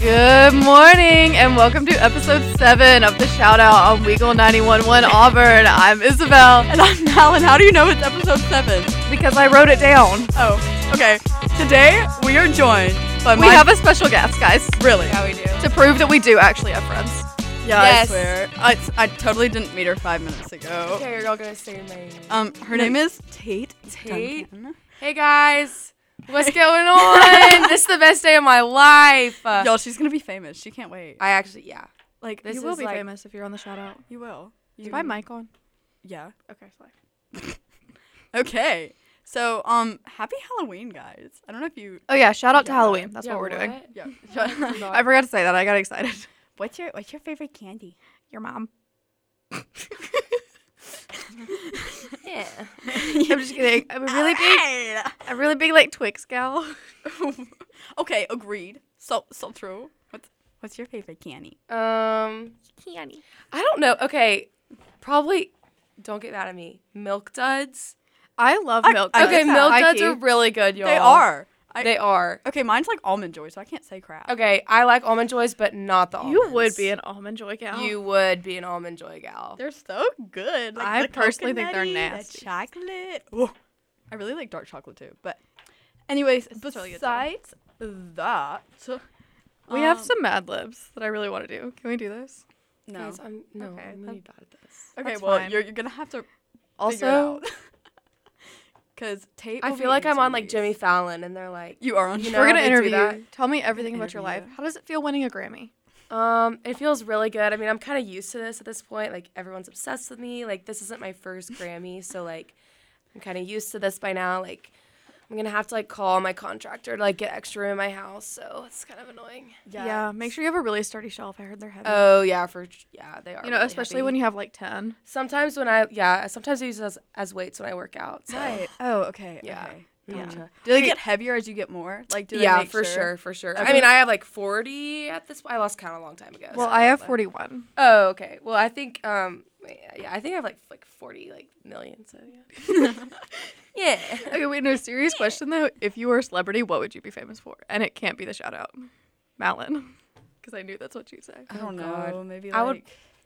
Good morning, and welcome to episode seven of the Shout Out on Weagle 911 Auburn. I'm Isabel And I'm Alan. How do you know it's episode seven? because I wrote it down. Oh, okay. Today we are joined by We my have a special guest, guys, really. Yeah, we do. to prove that we do actually have friends. Yeah, Yes. I swear. I, I totally didn't meet her five minutes ago. Okay, you're all gonna say your name. Uh, Um, her name is Tate. Tate? Duncan. Hey guys, what's going on? this is the best day of my life. Uh, Y'all, she's gonna be famous. She can't wait. I actually, yeah. like This you will is be like- famous. if you're on the shout out. You will. You, Is my mic on? Yeah. Okay, sorry. Okay. So, um, happy Halloween, guys. I don't know if you. Oh yeah, shout out to Halloween. That's what we're doing. Yeah. I forgot to say that. I got excited. What's your What's your favorite candy? Your mom. Yeah. I'm just kidding. I'm a really big, a really big like Twix gal. okay, agreed. So so true. What's What's your favorite candy? Um, candy. I don't know. Okay, probably. Don't get mad at me. Milk duds. I love I- milk. I duds. Okay, get that. milk High duds key. are really good, y'all. They are. I, They are. okay, mine's like almond joy, so I can't say crap. Okay, I like almond joys, but not the almonds. You would be an almond joy gal. You would be an almond joy gal. They're so good. I personally think they're coconutty, nasty. The chocolate. Ooh. I really like dark chocolate too. But, anyways, really good too. besides that, We have um, some Mad Libs that I really want to do. Can we do those? No. Guys, I'm, no, Okay, I'm really bad at this. Okay, that's well, fine. you're, you're gonna have to Also, because Tate. I will feel be like in I'm some on of like these. Jimmy Fallon, and they're like, You are on. you Jimmy. know we're gonna how they do interview that? you. Tell me everything about your Interview. life. How does it feel winning a Grammy? Um, it feels really good. I mean, I'm kind of used to this at this point. Like everyone's obsessed with me. Like this isn't my first Grammy, so like I'm kind of used to this by now. Like I'm gonna have to like call my contractor to like get extra room in my house, so it's kind of annoying. Yeah. Make sure you have a really sturdy shelf. I heard they're heavy. Oh yeah, for yeah they are. Uh, you know, especially when you have like ten. sometimes when I yeah sometimes I use it as as weights when I work out. So. Right. Oh, okay. Yeah. Okay. Yeah. Gotcha. Do they get heavier as you get more? Like, do they yeah, make for sure? for sure. I Okay. mean, I have like 40 at this. I lost count a long time ago. Well, so I have but- forty-one. Oh, okay. Well, I think um yeah, yeah, I think I have like f- like 40 like million, so yeah. yeah. Okay, wait. No, serious question though. If you were a celebrity, what would you be famous for? And it can't be the shout out, Malin, because I knew that's what you'd say. I don't Oh, God. know. Maybe like, I would-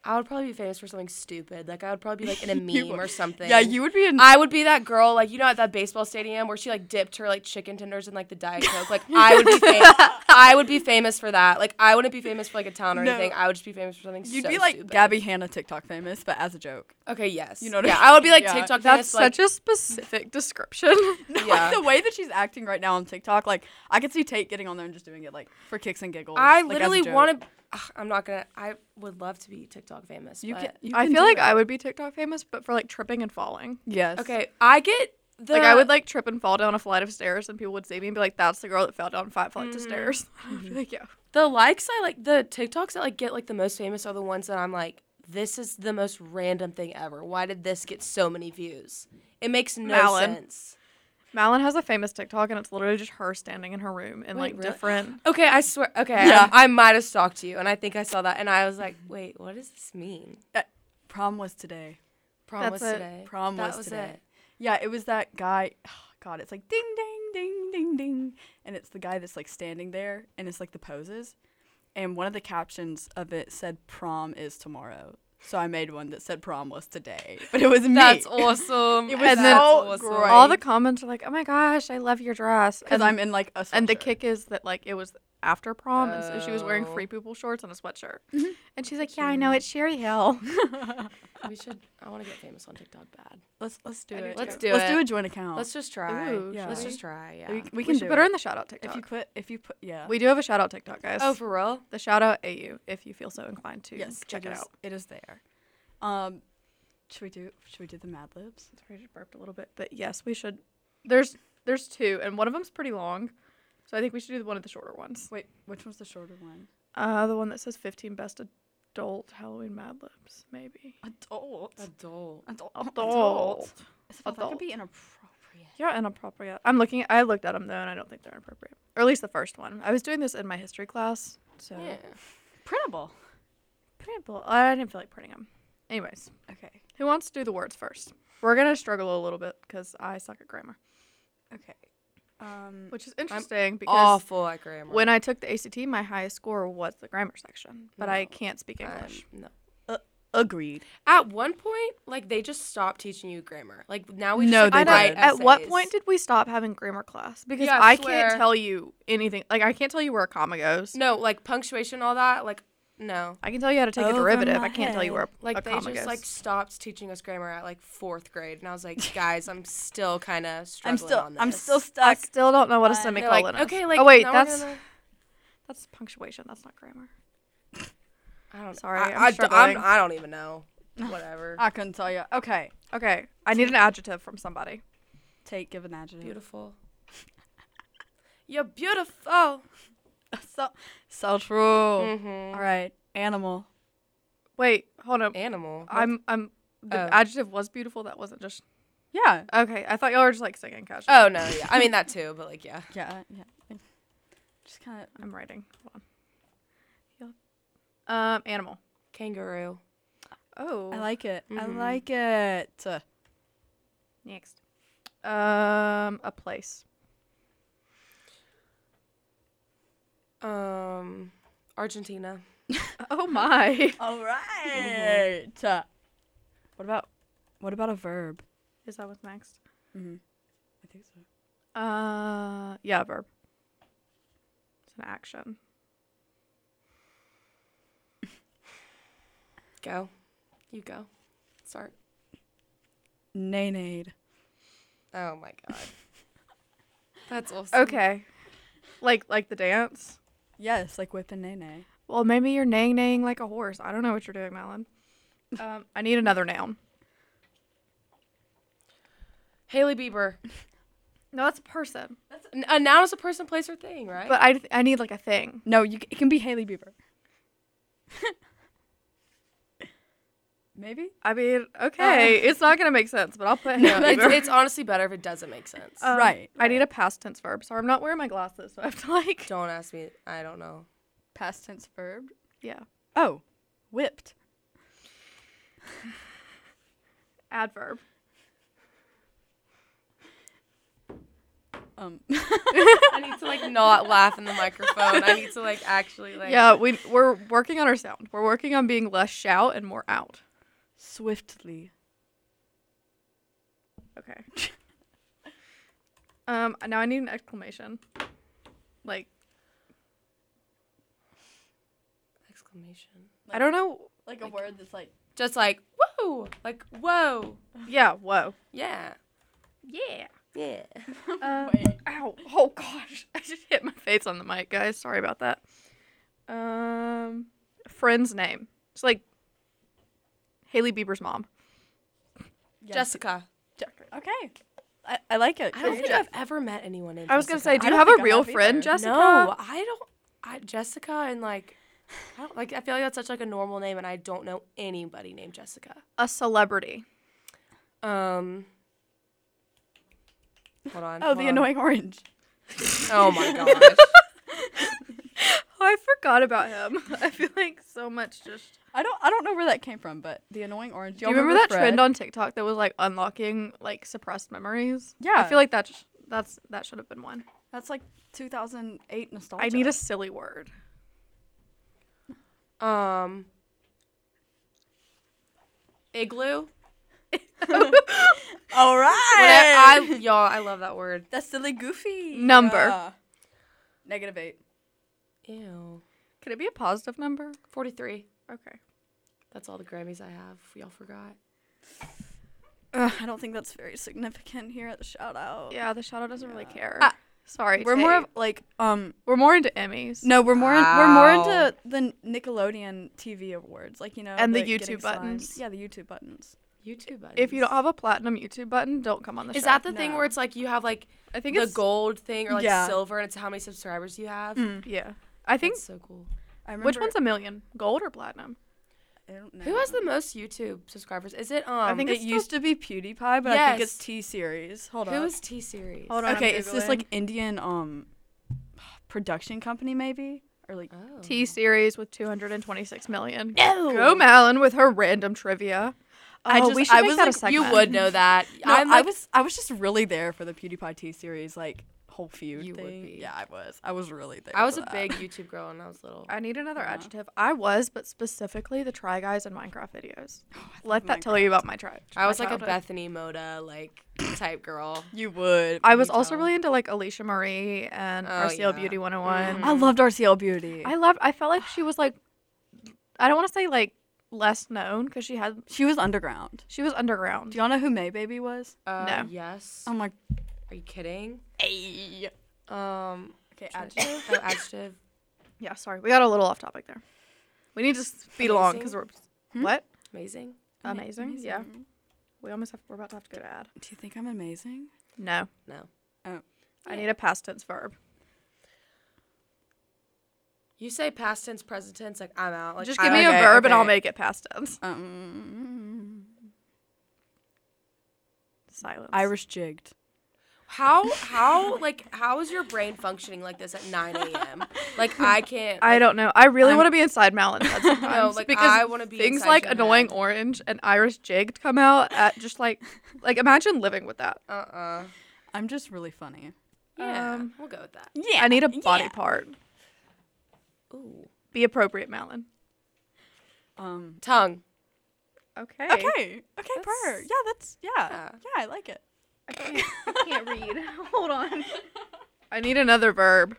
I would probably be famous for something stupid. Like I would probably be like in a You meme would. or something. Yeah, you would be in. I would be that girl like you know at that baseball stadium where she like dipped her like chicken tenders in like the diet coke. Like I would be fam- I would be famous for that. Like I wouldn't be famous for like a town or No. anything. I would just be famous for something You'd so be like stupid. Gabby Hanna TikTok famous, but as a joke. Okay, yes. You know what I yeah, mean? would be like Yeah. TikTok That's famous like, such a specific description. No, like, Yeah. the way that she's acting right now on TikTok, like I could see Tate getting on there and just doing it like for kicks and giggles. like, I as a literally joke. want to. I'm not gonna. I would love to be TikTok famous. You but- can, you I can feel do like it. I would be TikTok famous, but for like tripping and falling. Yes. Okay, I get the. like I would like trip and fall down a flight of stairs, and people would see me and be like, "That's the girl that fell down five flights Mm-hmm. of stairs." I'd be like, yeah. the likes. I like the TikToks that like get like the most famous are the ones that I'm like, this is the most random thing ever. Why did this get so many views? It makes no Malin. sense. Malin has a famous TikTok, and it's literally just her standing in her room in Wait, like really? different. Okay, I swear. Okay, Yeah. I, I might have stalked you, and I think I saw that, and I was like, wait, what does this mean? Prom was today. Prom That's was it. today. Prom That was, today. Yeah, it was that guy. God, it's like ding, ding, ding, ding, ding, and it's the guy that's like standing there, and it's like the poses. And one of the captions of it said "Prom is tomorrow," so I made one that said "Prom was today," but it was me. That's awesome. It was That's And then- awesome. great. All the comments are like, "Oh my gosh, I love your dress," because and, I'm in like a and the sweatshirt. kick is that like it was after prom, and so she was wearing Oh. free poople shorts and a sweatshirt, Mm-hmm. and she's like, "Yeah, I know it's Sherry Hill." We should. I want to get famous on TikTok bad. Let's let's do I do it. Let's too. do Let's it. do a joint account. Let's just try. Oh. Ooh, Yeah. Let's shall just try. Yeah. we, we we can should do put it. her in the shout out TikTok. if you put if you put yeah. we do have a shout out TikTok, guys. oh, for real? the shout out AU if you feel so inclined to. yes, check it is- out. It is there. Um, should we do should we do the Mad Libs? Sorry, I just burped a little bit, but yes, we should. There's there's two, and one of them's pretty long, so I think we should do one of the shorter ones. Wait, which one's the shorter one? Uh, the one that says 15 best adult Halloween Mad Libs, maybe. Adult. Adult. Adult. Isabel, That Adult. could be inappropriate. You're inappropriate. I'm looking. I looked at them though, and I don't think they're inappropriate. Or at least the first one. I was doing this in my history class, so. Yeah. Printable. Printable. I didn't feel like printing them. Anyways, Okay. who wants to do the words first? We're gonna struggle a little bit because I suck at grammar. Okay. Um, which is interesting because Awful at grammar. when I took the ACT, my highest score was the grammar section, but I No. can't speak Um, English. no. agreed. At one point, like they just stopped teaching you grammar. Like now we just, No, like, they I know. write didn't. At what essays. point did we stop having grammar class? Because Yeah, I I, swear. can't tell you anything. Like I can't tell you where a comma goes. no like punctuation all that like no I can tell you how to take a Over derivative. my I can't tell you where a, Oh, like a they comma just goes. like stopped teaching us grammar at like fourth grade and I was like guys I'm still kind of struggling I'm still on this. I'm still I stuck. still don't know what a Fine. And Uh, they're semicolon like is. okay like oh wait, now we're that's gonna- that's punctuation. That's not grammar. I don't Sorry, I, I'm I d- struggling. I don't even know whatever I couldn't tell you. Okay, Okay, I need an adjective from somebody. take give an adjective. beautiful you're beautiful So so true. Oh. Mm. mm-hmm. All right, animal. Wait, hold on. animal I'm I'm the Oh. adjective was beautiful. That wasn't just Yeah, okay. I thought y'all were just like singing casual. oh no yeah I mean that too but like yeah yeah, yeah. Just kind of I'm writing. Hold on. Yep. Um, animal. kangaroo Oh. I like it. Mhm. I like it. Uh, next. Um, a place. um Argentina Oh my. All right. Uh, Mm-hmm. What about what about a verb? Is that what's next? Mm-hmm. I think so. Uh, yeah, a verb. It's an action. go you go start Naynade. oh my god that's awesome Okay. Like like the dance. Yes, like whip and nay nay. Well, maybe you're neighing neighing like a horse. I don't know what you're doing, Malin. Um, I need another noun. Haley Bieber No, that's a person. N- A noun is a person, place, or thing, right? But I th- I need like a thing. No, you c- it can be Haley Bieber. Maybe. I mean, okay, it's not gonna make sense, but I'll put no, him. it's, it's honestly better if it doesn't make sense. Um, Right, I need a past tense verb, so I'm not wearing my glasses, so I have to like. don't ask me. I don't know. Past tense verb. Yeah. Oh, whipped. Adverb. Um. I need to like not laugh in the microphone. I need to like actually like. Yeah, we we're working on our sound. We're working on being less shout and more out. Swiftly. Okay. um. Now I need an exclamation. Like Exclamation. I don't know. Like a word that's like. Just like whoa, like whoa, Yeah. Whoa. yeah, Yeah. yeah. uh, Um, ow. Oh gosh. I just hit my face on the mic, guys. Sorry about that. Um. a Friend's name. It's like. Haley Bieber's mom. Jessica. Okay. I, I like it. I don't Good. think I've ever met anyone named. I was gonna say, do I you don't have think a I real have friend, either. Jessica? no, I don't. I Jessica and like, I don't like. I feel like that's such like a normal name, and I don't know anybody named Jessica. A celebrity. Um. Hold on. Oh, hold the on. annoying orange. Oh my gosh. Oh, I forgot about him. I feel like so much just. I don't. I don't know where that came from, but the annoying orange. Do you remember, that trend on TikTok that was like unlocking like suppressed memories? I Yeah. feel like that's that's that should have been one. That's like 2008 nostalgia. I need a silly word. Um. Igloo. All right. Whatever, I, y'all, I love that word. That's silly goofy. Number. Yeah. Negative eight. Ew. Could it be a positive number? Forty-three. Okay. That's all the Grammys I have. Y'all forgot. I don't think that's very significant here at the shout out. Yeah, the shadow doesn't really Yeah. care. Ah, Sorry, We're more Tay. of like um we're more into Emmys. no we're more in, we're more Wow. into the Nickelodeon TV awards like you know And the YouTube getting slimed. buttons. yeah the YouTube buttons YouTube button. If you don't have a platinum YouTube button, don't come on the show. is that the thing No. where it's like you have like I think the it's gold thing or like Yeah. silver, and it's how many subscribers you have? Mm. yeah. I think That's so cool. I remember which one's a million? Gold or platinum? I don't know. Who has the most YouTube subscribers? Is it um? think it it's still- used to be PewDiePie but I think it's Yes. T series hold who on is T series? Hold on. I'm okay it's this Googling. like Indian um production company maybe or like Oh. T series with 226 million. Go Malin with her random trivia. I Oh, just- we should I make was that a like- segment. You would know that. No, I'm I like, was I was just really there for the PewDiePie T series like whole feud You would thing. be. Yeah, I was. I was really there. I was for a that. big YouTube girl when I was little. I need another Yeah. adjective. I was, but specifically the Try Guys and Minecraft videos. Oh, I Let love that tell you Minecraft. about my try. I was my like a childhood. Bethany Moda like type girl. You would. I when was you also tell. really into like Alicia Marie and Oh, RCL yeah. Beauty 101. I loved RCL Beauty. I loved. I felt like she was like, I don't want to say like less known because she had she was underground. she was underground. Do y'all know who May Baby was? Uh, No. Um, Yes. I'm like, Are you kidding? hey. Um. Okay, Adjective. oh, adjective. Yeah, sorry, we got a little off topic there. We need to speed along because we're Amazing. Hmm? what Amazing. amazing. Yeah, Do we almost have. We're about to have to go to ad. you think I'm amazing? No, No. I need a past tense verb. You say past tense, present tense. Like I'm out. Like Just I give me a don't- okay, verb and I'll okay. make it past tense. Um, Silence. Irish jigged. How how like how is your brain functioning like this at 9 a.m. Like I can't. I don't know. I really I'm- want to be inside Malin's head sometimes like, because I wanna be things inside like your head. annoying orange and Irish jigged come out at just like like imagine living with that. Uh. uh I'm just really funny. Yeah. Um, we'll go with that. Yeah. I need a body part. Ooh. Be appropriate, Malin. Um. Tongue. Okay. Okay. Okay. Per. Yeah. That's yeah. Yeah. Yeah. I like it. I can't, I can't read. Hold on. I need another verb.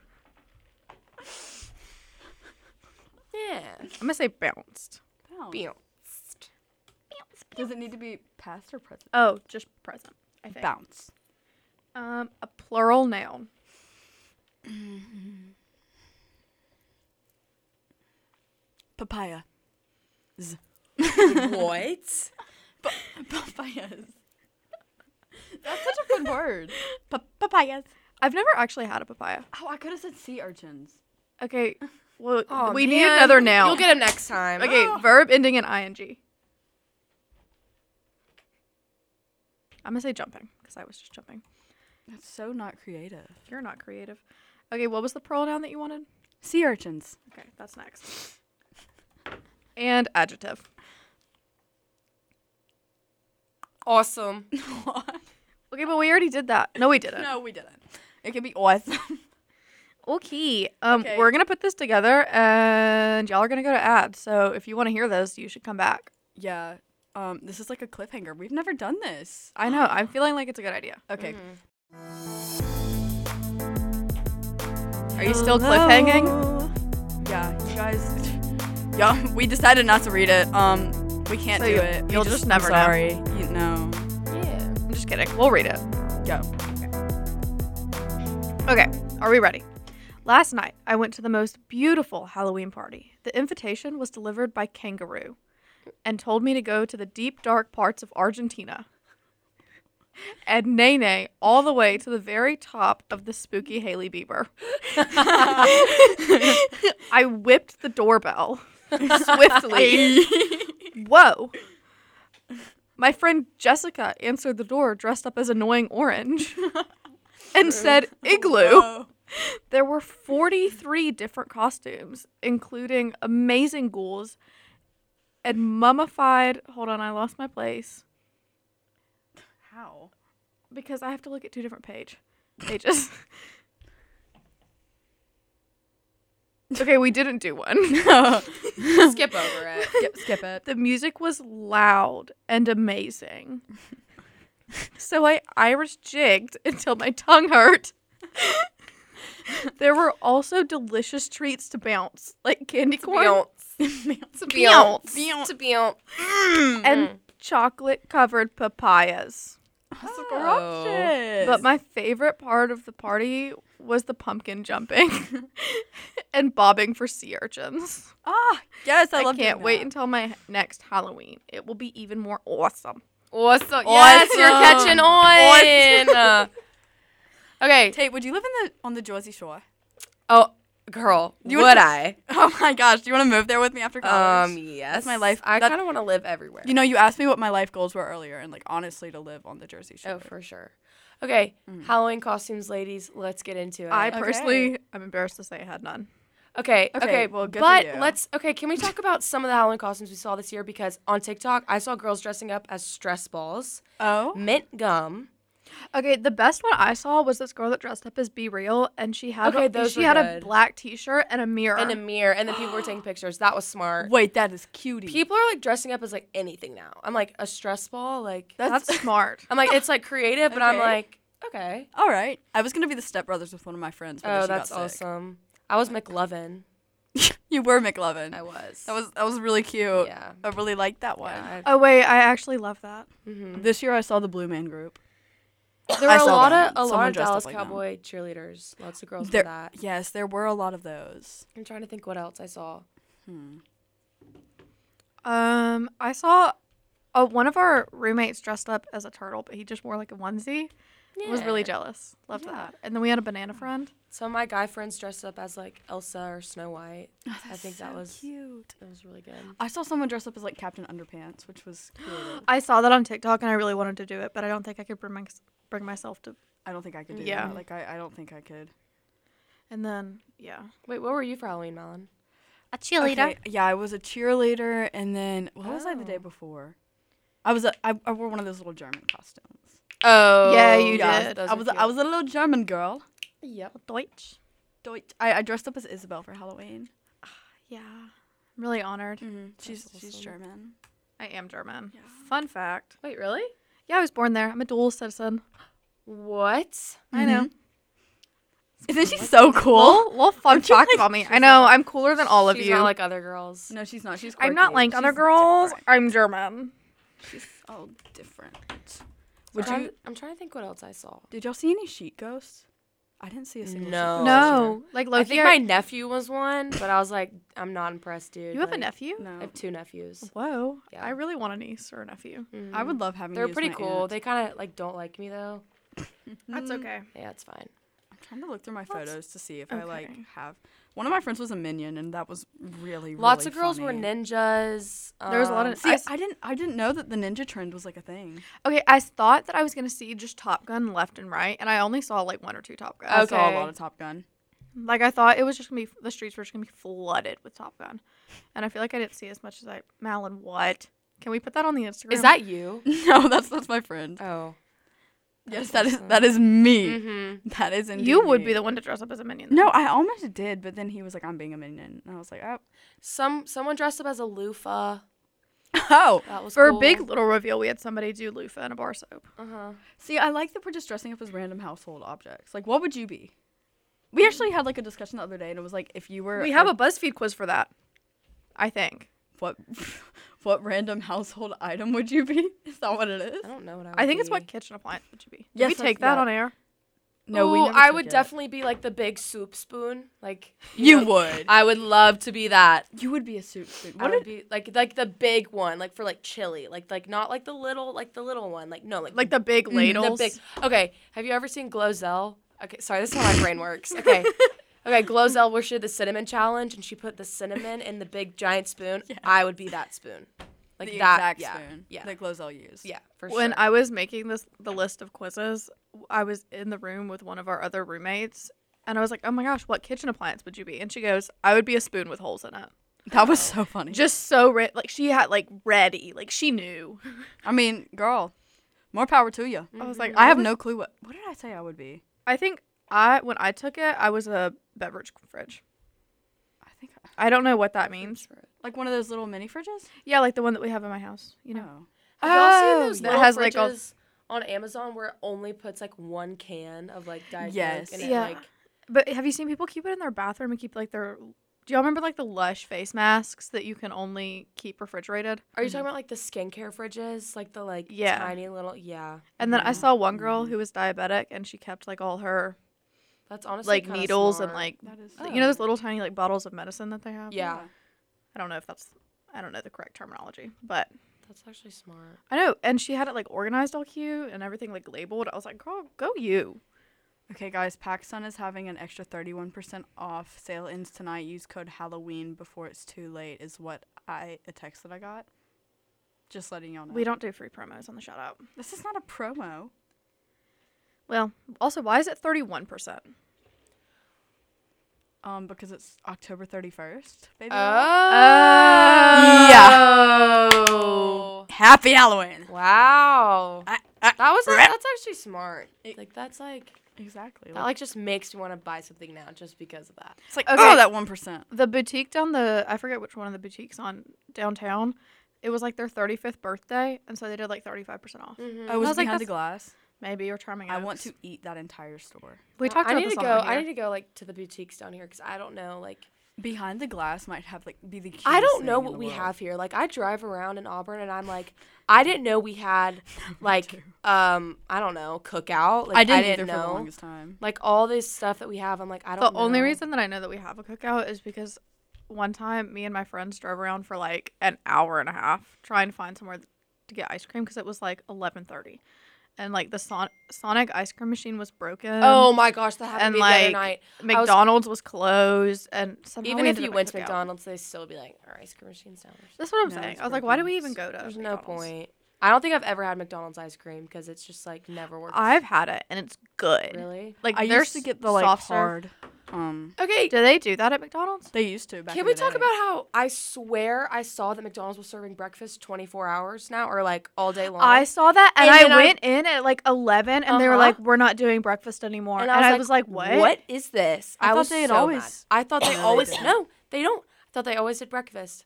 Yeah. I'm gonna say bounced. Wow. Bounced. Does it need to be past or present? Oh, just present. I think. Bounce. Um, a plural noun. Papaya. what? Papayas. That's such a good word. papayas. I've never actually had a papaya. Oh, I could have said sea urchins. Okay. Well, Aw, we need man. another noun. You'll get him next time. Okay, verb ending in ing. I'm gonna say jumping because I was just jumping. That's so not creative. You're not creative. Okay, what was the pronoun that you wanted? Sea urchins. Okay, that's next. And adjective. Awesome. Okay, but we already did that. No, we didn't. no, we didn't. It could be awesome. Okay. Um, Okay. we're gonna put this together, and y'all are gonna go to ads. So if you want to hear those, you should come back. yeah. Um, this is like a cliffhanger. We've never done this. I know. I'm feeling like it's a good idea. Okay. Are Oh, you still cliffhanging? Yeah, you guys. yeah, we decided not to read it. Um, we can't So do you- it. We you'll just I'm never know. sorry. You know. Yeah. I'm just kidding. We'll read it. Go. Okay, are we ready? Last night, I went to the most beautiful Halloween party. The invitation was delivered by Kangaroo and told me to go to the deep, dark parts of Argentina and Nene all the way to the very top of the spooky Haley Bieber. I whipped the doorbell swiftly. Whoa. My friend Jessica answered the door dressed up as annoying orange and said igloo. Whoa. There were 43 different costumes, including amazing ghouls and mummified. Hold on, I lost my place How? because I have to look at two different page pages. okay, we didn't do one. Skip over it. Skip it. The music was loud and amazing. so I Irish jigged until my tongue hurt. there were also delicious treats to bounce, like candy corn. To Bounce. To bounce. Mm-hmm. and chocolate covered papayas. But Oh. But my favorite part of the party was the pumpkin jumping and bobbing for sea urchins. ah, yes, I, I, love doing can't wait that. until my next Halloween. It will be even more awesome. Awesome. Yes, you're catching on. okay. Tate, would you live in the on the Jersey Shore? Oh, girl. You would would- I? Oh my gosh, do you want to move there with me after college? Um, yes. That's my life- I that- kind of want to live everywhere. you know, you asked me what my life goals were earlier, and like honestly, to live on the Jersey Shore. oh, for sure. Okay. Halloween costumes, ladies. Let's get into it. I Mm. Okay. personally, I'm embarrassed to say I had none. Okay, Okay, okay, well, good for but you. let's okay. Can we talk about some of the Halloween costumes we saw this year? Because on TikTok, I saw girls dressing up as stress balls, oh, mint gum, Okay, the best one I saw was this girl that dressed up as Be Real, and she had Okay, a, those she were had a good. black T-shirt and a mirror. and a mirror, and then people were taking pictures. That was smart. Wait, that is cutie. People are like dressing up as like anything now. I'm like a stress ball. Like that's, smart. I'm like it's like creative, but I'm Okay. like okay. All right. I was gonna be the stepbrothers with one of my friends. But then Oh, she got that's sick. awesome. I was McLovin. you were McLovin. I was. That was that was really cute. Yeah. I really liked that one. yeah Oh wait, I actually love that. mm-hmm. This year I saw the Blue Man Group. There I were a saw lot that. of a Someone lot of dressed up Dallas like them. Cowboy cheerleaders. Lots of girls There- for that. Yes, there were a lot of those. I'm trying to think what else I saw. Um, I saw uh, one of our roommates dressed up as a turtle, but he just wore like a onesie. I was really Yeah. jealous. Loved Yeah. that. And then we had a banana friend. Some of my guy friends dressed up as like Elsa or Snow White. I Oh, that's think that so was cute. that was really good. I saw someone dressed up as like Captain Underpants, which was cool. I saw that on TikTok, and I really wanted to do it, but I don't think I could bring my, bring myself to. I don't think I could do Yeah. that. Like I, I don't think I could. And then yeah, Wait, what were you for Halloween, Melon? a cheerleader. Okay, yeah, I was a cheerleader, and then what was I the day Oh. before? I was a, I, I wore one of those little German costumes. Oh you Yeah, did. those I are was cute. a, I was a little German girl. Yep. Deutsch. Deutsch. I, I dressed up as Isabel for Halloween. Yeah, I'm really honored. She's she's awesome. German. I am German. Yeah. Fun fact. Wait, really? Yeah, I was born there. I'm a dual citizen. What? I know. Isn't she so cool? Little, little fun She's fact like- about me. I know. I'm cooler than all of She's you. Not like other girls. No, she's not. She's. I'm not quirky. like other She's girls. different. I'm German. She's all different. Would I'm, you? I'm trying to think what else I saw. Did y'all see any sheet ghosts? I didn't see a single. sheet No. Oh, no, like I Loki. think are- my nephew was one, but I was like, I'm not impressed, dude. you have a Like, nephew. ghost. I No. have two nephews. Whoa. Yeah. I really want a niece or a nephew. I would love having. They're you as pretty my cool. aunt. They kind of like don't like me though. That's Mm. okay. Yeah, it's fine. I'm trying to look through my That's- photos to see if I okay. like have. One of my friends was a minion, and that was really. Lots really of girls were funny. ninjas. Um, There was a lot of- See, I I, s- didn't. I didn't know that the ninja trend was like a thing. Okay, I thought that I was gonna see just Top Gun left and right, and I only saw like one or two Top Guns. I saw a Okay. lot of Top Gun. Like I thought it was just gonna be the streets were just gonna be flooded with Top Gun, and I feel like I didn't see as much as I. Malin, what? Can we put that on the Instagram? Is that you? no, that's that's my friend. Oh. yes, that is awesome. that is me. Mm-hmm. That is indeed. you would me. be the one to dress up as a minion? No, I almost did, but then he was like, "I'm being a minion," and I was like, "Oh, Some someone dressed up as a loofah. oh." That was For cool. a big little reveal, we had somebody do loofah and a bar soap. Uh-huh. See, I like that we're just dressing up as random household objects. Like, what would you be? We actually had like a discussion the other day, and it was like, if you were, We have a BuzzFeed quiz for that, I think. what, what random household item would you be? Is that what it is? I don't know what I. Would I think it's be. what kitchen appliance would you be? Did Yes, we that's- take that yeah. on air? Ooh, never I took would it. definitely be like the big soup spoon. Like You would. I would love to be that. uh, you would be a soup spoon. I What would did, be like like the big one, like for like chili, like like not like the little like the little one, like no, like mm, Like Mm, the big the ladles. big. Okay, have you ever seen Glozell? Okay, sorry, this is how my brain works. Okay, okay, Glozell, where she did the cinnamon challenge and she put the cinnamon in the big giant spoon. I would be that spoon, like the that. exact yeah, spoon yeah, that Glozell used. yeah, for when sure. I was making this the list of quizzes, I was in the room with one of our other roommates, and I was like, "Oh my gosh, what kitchen appliance would you be?" And she goes, "I would be a spoon with holes in it." that was so funny. Just so re- like she had like ready, like she knew. I mean, girl, more power to you. I was like, Mm, I have was- no clue what. What did I say I would be? I think I when I took it, I was a beverage fridge. I think I- I don't know what that means. like one of those little mini fridges. Yeah, like the one that we have in my house. You know. No. Have y'all Oh, seen those that little has, like, fridges a- on Amazon where it only puts like one can of like Diet Yes. Coke? And Yeah. It, like, But have you seen people keep it in their bathroom and keep like their? Do y'all remember like the Lush face masks that you can only keep refrigerated? are you talking about like the skincare fridges, like the like Yeah. tiny little? Yeah, And then I Yeah. saw one girl who was diabetic and she kept like all her that's honestly like Oh. kinda needles and smart. like Oh, That is. th- you know those little tiny like bottles of medicine that they have. yeah, I don't know if that's I don't know the correct terminology, but that's actually smart. I know. And she had it like organized all cute and everything like labeled. I was like, girl, go you. Okay, guys, PacSun is having an extra 31% off. Sale ends tonight. Use code Halloween before it's too late, is what I, a text that I got. Just letting y'all know. We don't do free promos on the shout out. This is not a promo. Well, also, why is it thirty one percent? Um, because it's October 31st, baby. Oh. Happy Halloween! Wow. I, That was like, that's actually smart. It- Like that's like Exactly. that like just makes me want to buy something now just because of that. it's like, Okay. oh, that 1%. the boutique down the I forget which one of the boutiques on downtown. It was like their 35th birthday, and so they did like 35% off. Mm. Mm-hmm. I was, was like, behind the that's- glass. Maybe or charming. I want Oaks. to eat that entire store. We talked I about need this to on go. here. I need to go like to the boutiques down here because I don't know like Behind the glass might have like be the. Cutest I don't thing know in what the we world. have here. Like I drive around in Auburn and I'm like, I didn't know we had like um I don't know cookout. Like, I didn't, either for the know. longest time. Like all this stuff that we have, I'm like I The don't. only know. reason that I know that we have a cookout is because one time me and my friends drove around for like an hour and a half trying to find somewhere to get ice cream because it was like 11:30, and like the Son- Sonic ice cream machine was broken. Oh my gosh, that and, happened to me the other like, night. McDonald's was, closed, and somehow Even we if ended you up at went to cookout. McDonald's, they still be like, our ice cream machine's down. There's, That's what I'm No, saying. it's I was like, why do we even broken. go to? there's no McDonald's? point. I don't think I've ever had McDonald's ice cream because it's just like never worked. I've had it and it's good. really. Like I there's used to get the like soft serve- hard. Um, Okay, Do they do that at McDonald's? they used to. Back Can in we the talk day. about how I swear I saw that McDonald's was serving breakfast 24 hours now or like all day long? I saw that and, And then I I- went in at like 11 and they were Uh-huh. like, we're not doing breakfast anymore. And, I, was like, what? What is this? I I, thought was they had so mad. always- I thought they No, they always didn't. no, they don't. I thought they always did breakfast.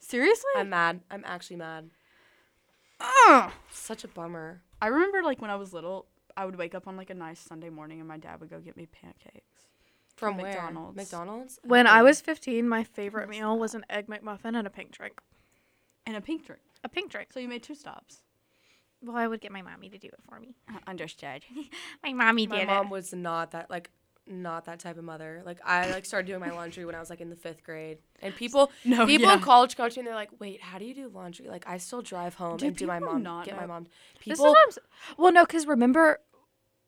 Seriously? I'm mad. I'm actually mad. Ugh. Such a bummer. I remember like when I was little, I would wake up on like a nice Sunday morning and my dad would go get me pancakes. From From where? McDonald's. McDonald's. When I was 15, my favorite meal was an egg McMuffin and a pink drink. And a pink drink. A pink drink. So you made two stops. Well, I would get my mommy to do it for me. Understood. My mommy My did mom it. was not that like not that type of mother. Like I like started doing my laundry when I was like in the fifth grade, and people No, people in yeah. college come to me and they're like, "Wait, how do you do laundry?" Like I still drive home Do and do my people mom not get my know- mom. This is People, what I'm s- well, no, because remember,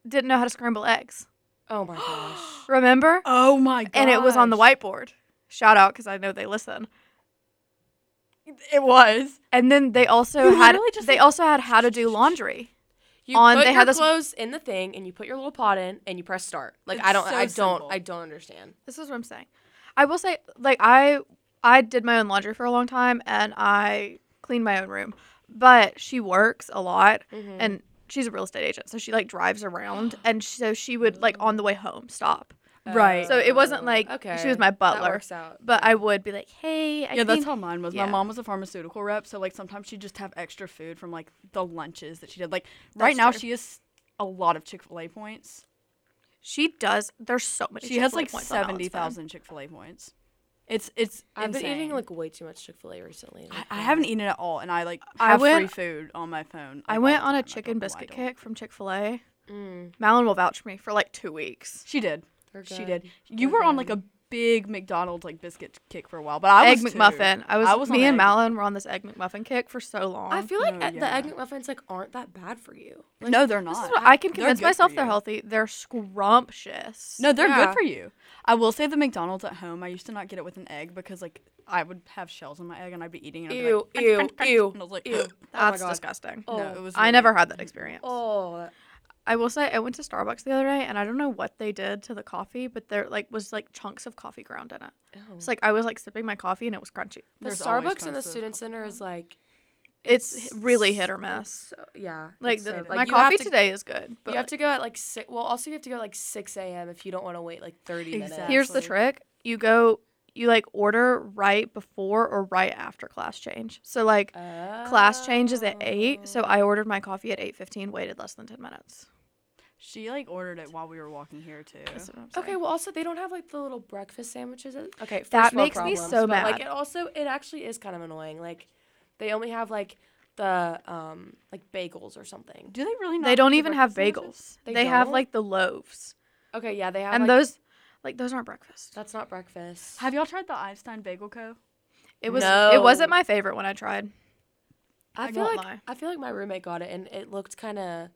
didn't know how to scramble eggs. oh my gosh, Remember? Oh my god. And it was on the whiteboard. Shout out because I know they listen. It was. And then they also You had literally just, they like- also had how to do laundry. you On- put they your had this- clothes in the thing and you put your little pot in and you press start. Like It's I don't, so I don't, simple. I don't understand. This is what I'm saying. I will say like I I did my own laundry for a long time and I cleaned my own room. But she works a lot Mm-hmm. and she's a real estate agent, so she like drives around and so she would like on the way home stop. Right. So it wasn't like she was my That butler, works out. but I would be like, "Hey, I yeah, that's cleaned- how mine was. yeah. My mom was a pharmaceutical rep, so like sometimes she'd just have extra food from like the lunches that she did. Like right That's now, true. she has a lot of Chick Fil A points. she does. There's so many. She has Chick-fil-A like points on Ellen's seventy thousand Chick Fil A points. It's it's. I've been insane. eating like way too much Chick Fil A recently. I, Like, I haven't eaten it at all, and I like I have went- free food on my phone. phone. like, I all went the on a time. I chicken don't know why I biscuit don't. kick from Chick-fil-A. Mm, Malin will vouch for me for like 2 weeks. She did. they're She good. did. You They're were on like good. a big McDonald's like biscuit kick for a while, but I egg was too. McMuffin. I was, I was on me and egg. Malin were on this egg McMuffin kick for so long. I feel like No, e- the egg yeah. McMuffins like aren't that bad for you. no, they're not. this is what I can They're convince good for myself they're you. healthy. They're scrumptious. No, they're Yeah. good for you. I will say the McDonald's at home. I used to not get it with an egg because like I would have shells in my egg and I'd be eating it. And I'd be Ew, like, ew, crunch, crunch, ew, crunch, and I was like, ew. that's God. disgusting. Oh. No, it was. I really- never had that experience. Oh, that- I will say I went to Starbucks the other day and I don't know what they did to the coffee, but there like was like chunks of coffee ground in it. ew. It's like I was like sipping my coffee and it was crunchy. the There's always Starbucks and the tons of student coffee center is like It's really hit or miss. so, yeah. Like, it's the, so bad. my Like, you have coffee to- today is good, but you have to go at like six. Well, also you have to go at, like six a.m. if you don't want to wait like thirty minutes. Exactly. here's the trick: you go, you like order right before or right after class change. So like Uh, Class changes at eight, so I ordered my coffee at eight fifteen. Waited less than ten minutes. She like ordered it while we were walking here too. That's what I'm saying. Okay, well, also they don't have like the little breakfast sandwiches. at- Okay, first That world makes me problems, so but, Like mad. it also it actually is kind of annoying. Like they only have like the um like bagels or something. Do they really? Not they don't do even have breakfast sandwiches? bagels. They, They have don't? like the loaves, Okay, yeah, they have and like, those, like those aren't breakfast. That's not breakfast. Have y'all tried the Einstein Bagel Co? It was. It wasn't No. my favorite when I tried. I, I feel won't like lie. I feel like my roommate got it and it looked kind of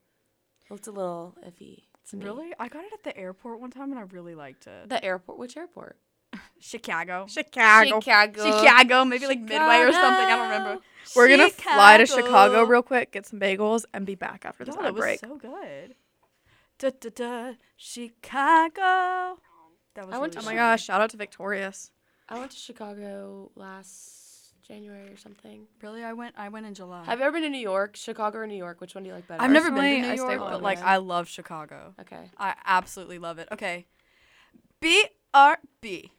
looked a little iffy. To me. Really? I got it at the airport one time and I really liked it. The airport? Which airport? Chicago. Chicago. Chicago. Chicago, maybe like Midway or something. I don't Chicago. remember. We're gonna fly to Chicago. Chicago real quick, get some bagels, and be back after this God, it ad was break. so good. Da da da, Chicago. That was. I went really oh to my good. gosh! Shout out to Victorious. I went to Chicago last January or something. Really, I went. I went in July. Have you ever been to New York, Chicago, or New York? Which one do you like better? I've never been to Personally, New I York, stayed- but, but like okay. I love Chicago. Okay. I absolutely love it. Okay, B R B.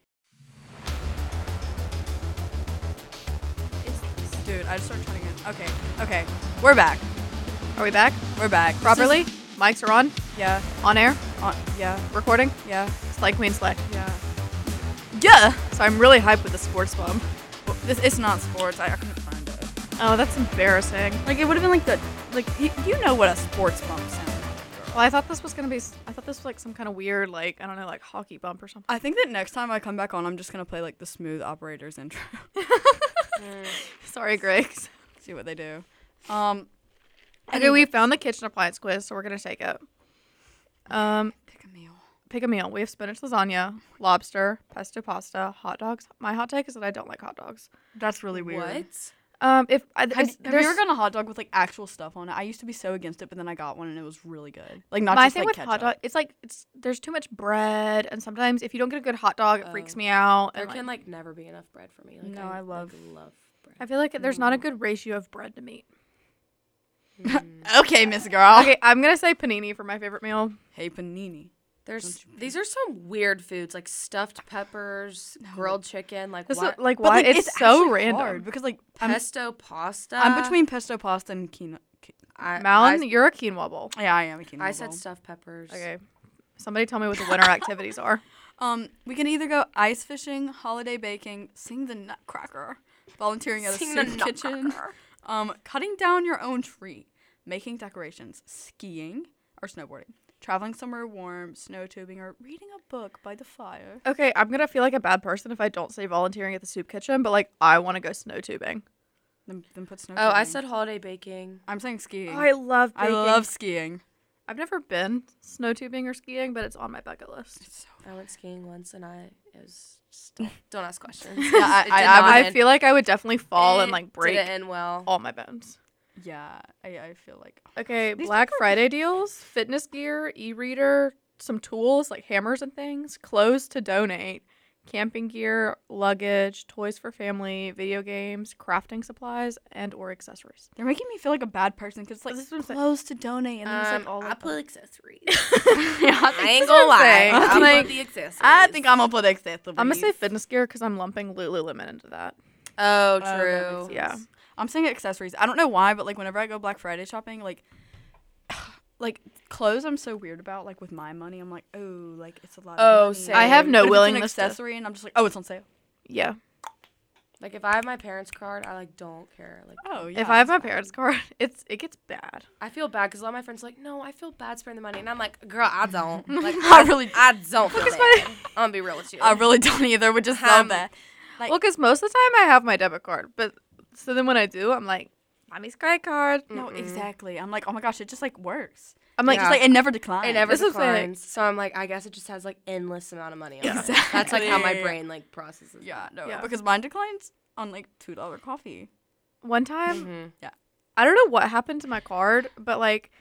Dude, I just started turning in. Okay, okay, we're back. Are we back We're back This is- properly? Mics are on, yeah. on air, Uh, yeah. recording. Yeah. Slay Queen Slay. Yeah. Yeah. So I'm really hyped with the sports bump. Well, this it's not sports. I, I couldn't find it. Oh, that's embarrassing. Like it would have been like the like y- you know what a sports bump sounds. like. Well, I thought this was gonna be. s- I thought this was like some kind of weird, like I don't know, like hockey bump or something. I think that next time I come back on, I'm just gonna play like the smooth operators intro. Sorry, Greg. See what they do. Um, Okay, we found the kitchen appliance quiz, so we're gonna take it. Um, pick a meal. pick a meal. We have spinach lasagna, lobster, pesto pasta, hot dogs. My hot take is that I don't like hot dogs. That's really What? Um, if I, it's- Have, you- have you ever there's- gotten a hot dog with like actual stuff on it? I used to be so against it, but then I got one and it was really good. Like not my just thing like with ketchup. hot dog, it's like it's there's too much bread, and sometimes if you don't get a good hot dog, it freaks Oh. me out. There And, can like, like never be enough bread for me. Like, No, I like, love- love bread. I feel like there's not a mm. good ratio of bread to meat. Okay, Miss Girl. Okay, I'm gonna say panini for my favorite meal. Hey panini. There's these are some weird foods like stuffed peppers, grilled chicken, like This what? is like But, why like, it's, so actually random. hard because like I'm, pesto pasta. I'm between pesto pasta and quinoa. qui- I, Malin, I, you're a quinoa bowl. Yeah, I am a quinoa. I said bowl. stuffed peppers. Okay, somebody tell me what the winter activities are. Um, we can either go ice fishing, holiday baking, sing the nutcracker, volunteering at a Sing the soup kitchen, nutcracker. um, cutting down your own tree, making decorations, skiing or snowboarding, traveling somewhere warm, snow tubing, or reading a book by the fire. Okay, I'm gonna feel like a bad person if I don't say volunteering at the soup kitchen, but like I want to go snow tubing. Then, then put snow. Oh, I tubing. said holiday baking. I'm saying skiing. I love. I Baking. love skiing. I've never been snow tubing or skiing, but it's on my bucket list. I went skiing once and I it was just, don't, don't ask questions. Yeah, I- It did I- not I, end- feel like I would definitely fall and it like break Didn't end well. all my bones. Yeah, I, I feel like Okay, These Black things are- Friday deals, fitness gear, e-reader, some tools like hammers and things, clothes to donate, camping gear, luggage, toys for family, video games, crafting supplies, and or accessories. they're making me feel like a bad person because This is it's what I'm like saying. clothes to donate and then it's Um, like all. I of put accessories. I I ain't gonna lie. saying. I I think- put the accessories. I think I'm gonna put accessories. I'm gonna say fitness gear because I'm lumping Lululemon into that. Oh, Oh, that true. makes Yeah. sense. I'm saying accessories. I don't know why, but like whenever I go Black Friday shopping, like like clothes I'm so weird about like with my money, I'm like, "Oh, like it's a lot Oh, of money." same. I have no But if willingness it's to- an accessory and I'm just like, "Oh, it's on sale." Yeah. Like if I have my parents' card, I like don't care. Like Oh, if I have my parents' card, it's it gets bad. I feel bad because a lot of my friends are like, no, I feel bad spending the money, and I'm like, girl, I don't. Like I really- I don't feel bad. I'm gonna be real with you. I really don't either. Would just love Um, that. Well, because most of the time I have my debit card, but so then when I do, I'm like, mommy's credit card. No, exactly. I'm like, "Oh my gosh, it just like works." I'm like, Just like it never declines. it never This is like- declines, so I'm like, I guess it just has like endless amount of money. On it. That's like how my Exactly. brain like processes. it. Yeah, no. Yeah. Because mine declines on like $2 coffee. one time Yeah. I don't know what happened to my card, but like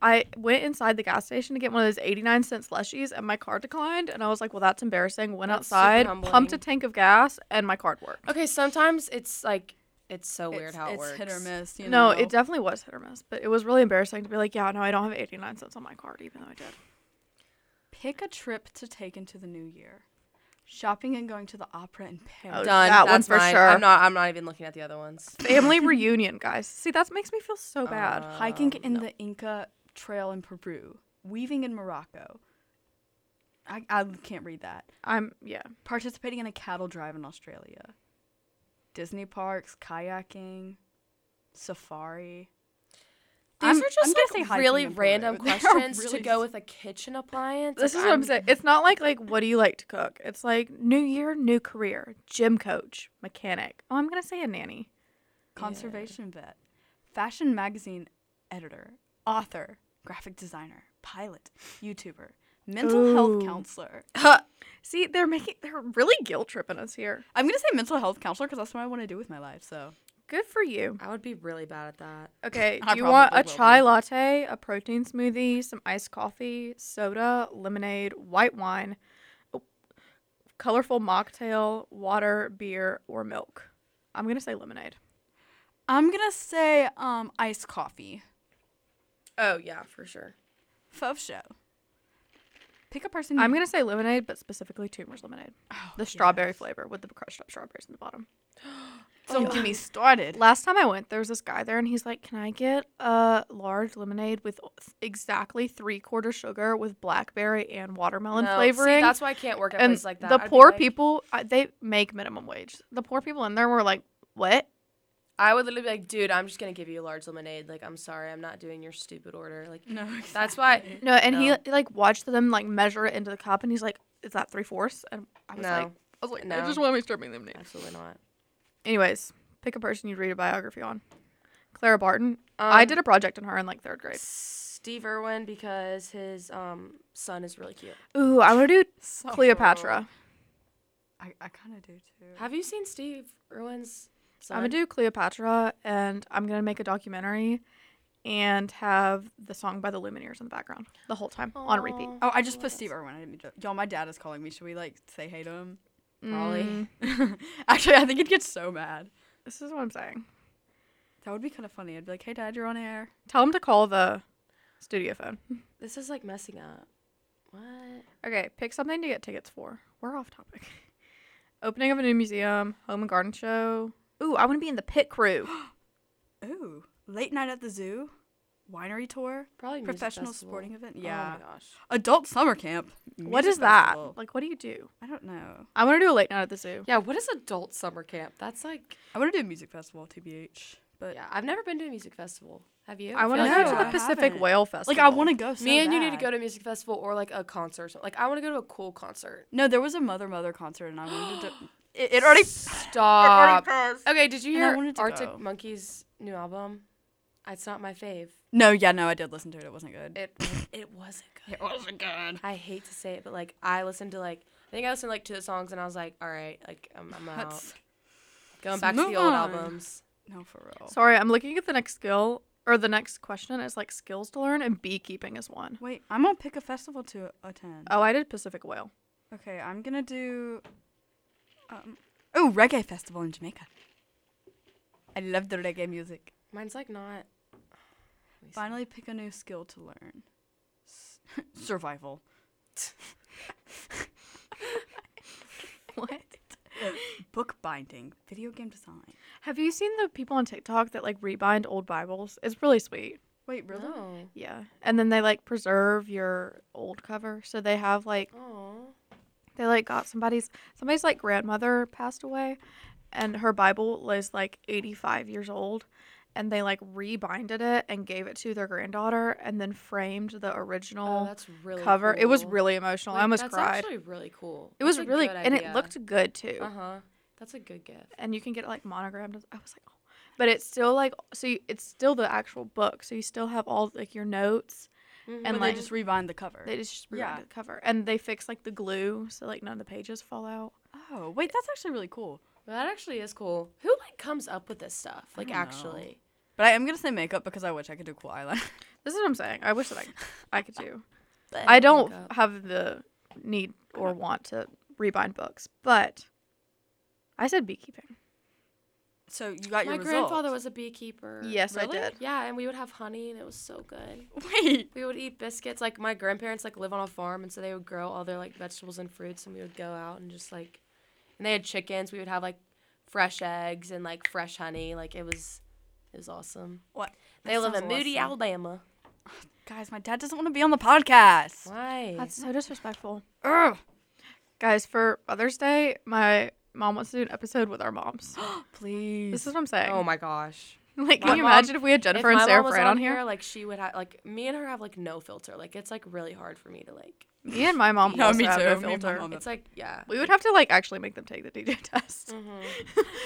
I went inside the gas station to get one of those 89 cent slushies and my card declined and I was like, well that's embarrassing. Went That's super outside, pumped a humbling. tank of gas and my card worked. Okay, sometimes it's like it's so weird how it it's works. hit or miss, you no, know. it definitely was hit or miss, but it was really embarrassing to be like, yeah, no, I don't have 89 cents on my card even though I did. Pick a trip to take into the new year. Shopping and going to the opera in Paris. Done. Done. That one That's for mine. sure. I'm not. I'm not even looking at the other ones. Family reunion, guys. See, that makes me feel so bad. Uh, Hiking in the Inca Trail in Peru. Weaving in Morocco. I, I can't read that. I'm yeah. Participating in a cattle drive in Australia. Disney parks, kayaking, safari. These I'm- are just I'm gonna say like hiking really in Peru. random They are questions really to go with a kitchen appliance. This Like, is what I'm saying. It's not like like what do you like to cook? It's like new year, new career, gym coach, mechanic. Oh, I'm going to say a nanny. conservation vet, fashion magazine editor, author, graphic designer, pilot, YouTuber, mental health Ooh. counselor. See, they're making they're really guilt tripping us here. I'm gonna say mental health counselor because that's what I want to do with my life. So Good for you. I would be really bad at that. Okay, I do you want a probably will chai be. latte, a protein smoothie, some iced coffee, soda, lemonade, white wine, oh, a colorful mocktail, water, beer, or milk? I'm gonna say lemonade. I'm gonna say um iced coffee. Oh yeah, for sure. Faux show. Pick a person. I'm gonna say lemonade, but specifically Tumor's lemonade, Oh, the yes. strawberry flavor with the crushed up strawberries in the bottom. Don't get me started. Last time I went, there was this guy there, and he's like, "Can I get a large lemonade with exactly three quarter sugar with blackberry and watermelon No, see, flavoring?" that's why I can't work at and places like that. the I'd be poor like- people, I, they make minimum wage. The poor people in there were like, "What?" I would literally be like, dude, I'm just gonna give you a large lemonade. Like, I'm sorry, I'm not doing your stupid order. Like, No, that's why. exactly. No, and No. he like watched them like measure it into the cup, and he's like, "Is that three fourths?" And I was no, like, "I was like, I No. just want to be stripping lemonade." absolutely not. Anyways, pick a person you'd read a biography on. Clara Barton. I Um, did a project on her in like third grade. Steve Irwin because his um son is really cute. Ooh, I want to do So Cleopatra. I, I kind of do too. Have you seen Steve Irwin's son? I'm gonna do Cleopatra, and I'm gonna make a documentary, and have the song by the Lumineers in the background the whole time on repeat. Aw, oh, I just love put that Steve Irwin. I didn't mean to. Y'all, my dad is calling me. Should we like say hey to him? Probably. Mm, Actually, I think he'd get so mad. this is what I'm saying. That would be kind of funny. I'd be like, hey, dad, you're on air. Tell him to call the studio phone. song. This is like messing up. What? Okay, pick something to get tickets for. We're off topic. Opening of a new museum, home and garden show. Ooh, I want to be in the pit crew. Ooh, late night at the zoo, winery tour, Probably music professional festival. sporting event. Yeah. Yeah, Oh my gosh. adult summer camp. what Music is that? festival. Like, what do you do? I don't know. I want to do a late night at the zoo. Yeah. What is adult summer camp? That's like. I want to do a music festival, tbh. But Yeah. I've never been to a music festival. Have you? I want to feel go to like I the haven't. Pacific Whale Festival. like, I want to go. So Me and you need bad. to go to a music festival or like a concert. or something. Like I want to go to a cool concert. No, there was a Mother Mother concert, and I wanted to. It, it already. Stop. Okay, did you And I hear wanted to Arctic go. Monkeys' new album? It's not my fave. No, yeah, no, I did listen to it. It wasn't good. It it wasn't good. wasn't good. I hate to say it, but like I listened to like I think I listened to like two of the songs and I was like, all right, like I'm, I'm out. That's Going let's back to move the old on. albums. no for real. Sorry, I'm looking at the next skill or the next question. It's like skills to learn, and beekeeping is one. Wait, I'm gonna pick a festival to attend. Oh, I did Pacific Whale. Okay, I'm gonna do. Um, oh, reggae festival in Jamaica. I love the reggae music. Mine's like not. Finally, pick a new skill to learn. S- Survival. What? Book binding. Video game design. Have you seen the people on TikTok that like rebind old Bibles? It's really sweet. Wait, really? No. Yeah. And then they like preserve your old cover. So they have like Oh. they like got somebody's somebody's like grandmother passed away and her Bible was like 85 years old and they like rebinded it and gave it to their granddaughter and then framed the oh, original that's really cover. It was cool. really emotional. I Like, almost that's cried. actually really cool. it was really and it looked good too. Uh-huh. Uh huh. That's a good gift. and you can get it like monogrammed. I was like, oh. but it's still like so you, it's still the actual book, so you still have all like your notes. And And, they like- Mm-hmm. just rebind the cover. They just rewind Yeah. the cover, and they fix like the glue, so like none of the pages fall out. oh, wait, that's actually really cool. that actually is cool. Who like comes up with this stuff? Like don't know. actually. But I am gonna say makeup because I wish I could do cool eyeliner. This is what I'm saying. I wish that I, I could do. But I don't look up. have the need or want to rebind books, but I said beekeeping. so you got My your grandfather results. was a beekeeper. Yes, Really? I did. Yeah, and we would have honey, and it was so good. Wait. We would eat biscuits. Like my grandparents like live on a farm, and so they would grow all their like vegetables and fruits, and we would go out and just like, and they had chickens. We would have like fresh eggs and like fresh honey. Like it was, it was awesome. What? They That live in sounds Moody, awesome. Alabama. Guys, my dad doesn't want to be on the podcast. Why? That's so disrespectful, Ugh. guys. For Mother's Day, my mom wants to do an episode with our moms. Please. this is what I'm saying. oh my gosh. Like, My can you mom- imagine if we had if Jennifer my and Sarah mom was Fran on here? like she would have like me and her have like no filter. Like it's like really hard for me to like. Me and my mom No, also me have no too. Me and my filter. mom- It's like yeah. We would have to like actually make them take the DJ test.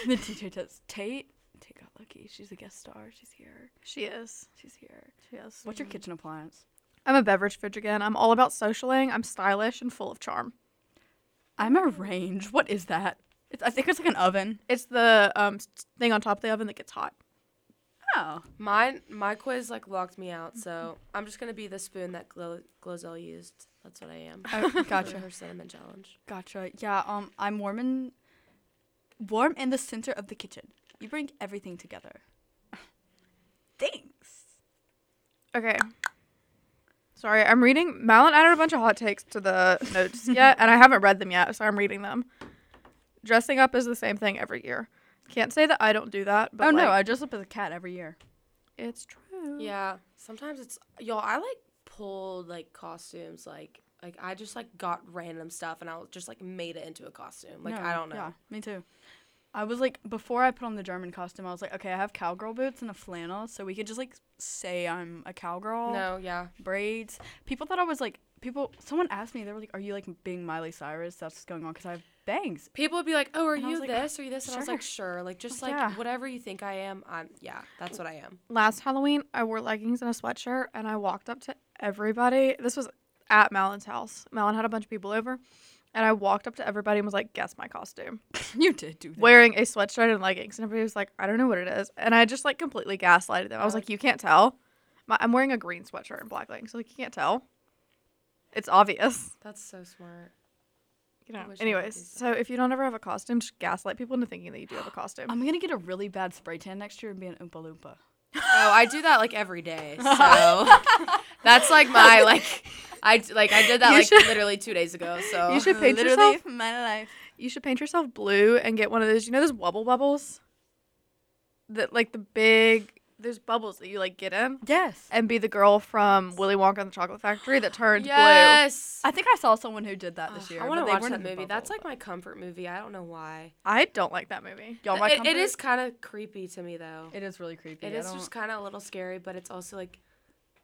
the DJ does. Tate. Tate got lucky. She's a guest star. She's here. She is. She's here. She is. What's Mm. your kitchen appliance? I'm a beverage fridge again. I'm all about socialing. I'm stylish and full of charm. I'm a range. What is that? It's, I think it's like an oven. It's the um, s- thing on top of the oven that gets hot. Oh. Mine, my quiz like locked me out, so I'm just gonna be the spoon that Glo- Glozell used. That's what I am. oh for gotcha. Her cinnamon challenge. Gotcha. Yeah. Um, I'm Mormon. warm in the center of the kitchen. You bring everything together. Thanks. Okay. Sorry, I'm reading. Malin added a bunch of hot takes to the notes yet, and I haven't read them yet, so I'm reading them. Dressing up is the same thing every year. Can't say that I don't do that, but oh no, like, I dress up as a cat every year. it's true. Yeah. Sometimes it's y'all. I like pulled like costumes. Like like I just like got random stuff and I just like made it into a costume. Like No, I don't know. Yeah, me too. I was like before I put on the German costume, I was like, okay, I have cowgirl boots and a flannel, so we could just like say I'm a cowgirl. No. Yeah. braids. People thought I was like people. Someone asked me, they were like, "Are you like being Miley Cyrus? That's what's going on because I have bangs." People would be like, "Oh, are And I was you like, this? Are you this?" And I was like, "Sure." Like just like Yeah. whatever you think I am. I'm. Yeah. That's what I am. last Halloween, I wore leggings and a sweatshirt, and I walked up to everybody. This was at Malin's house. Malin had a bunch of people over, and I walked up to everybody and was like, "Guess my costume." you did do that. Wearing a sweatshirt and leggings, and everybody was like, "I don't know what it is," and I just like completely gaslighted them. I was like, "You can't tell." My, I'm wearing a green sweatshirt and black leggings, so like you can't tell. It's obvious. That's so smart. You know. wish I could do Anyways, so if you don't ever have a costume, just gaslight people into thinking that you do have a costume. Um, I'm gonna get a really bad spray tan next year and be an Oompa Loompa. Oh, I do that like every day. So that's like my like I d- like I did that You like should- literally two days ago. So you should paint Literally yourself. my life. You should paint yourself blue and get one of those. You know those wubble bubbles. That like the big. There's bubbles that you like get in Yes. and be the girl from Willy Wonka and the Chocolate Factory that turns yes. I think I saw someone who did that this Ugh, year. I want but to they watch weren't that in the movie. bubble. That's like my comfort movie. I don't know why. blue. I don't like that movie. y'all. My It- it comfort- is kind of creepy to me though. It is really creepy. It I is don't- just kind of a little scary, but it's also like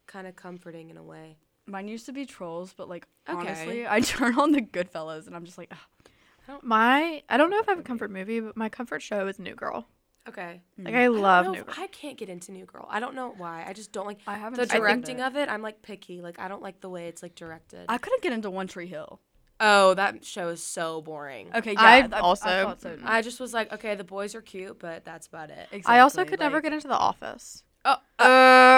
kind of comforting in a way. mine used to be trolls, but like Okay. honestly, I turn on the Goodfellas and I'm just like, "Ugh, My I don't know if I have a comfort movie, but my comfort show is New Girl. Okay. Like Mm. I I don't love know New if- Girl. I can't get into New Girl. I don't know why. I just don't like I haven't. the seen directing it. of it. I'm like picky. Like I don't like the way it's like directed. I couldn't get into One Tree Hill. oh, that show is so boring. Okay, yeah, I th- also- I thought so. I just was like, okay, the boys are cute, but that's about it. I also Exactly, could never like- get into The Office. Oh, Uh,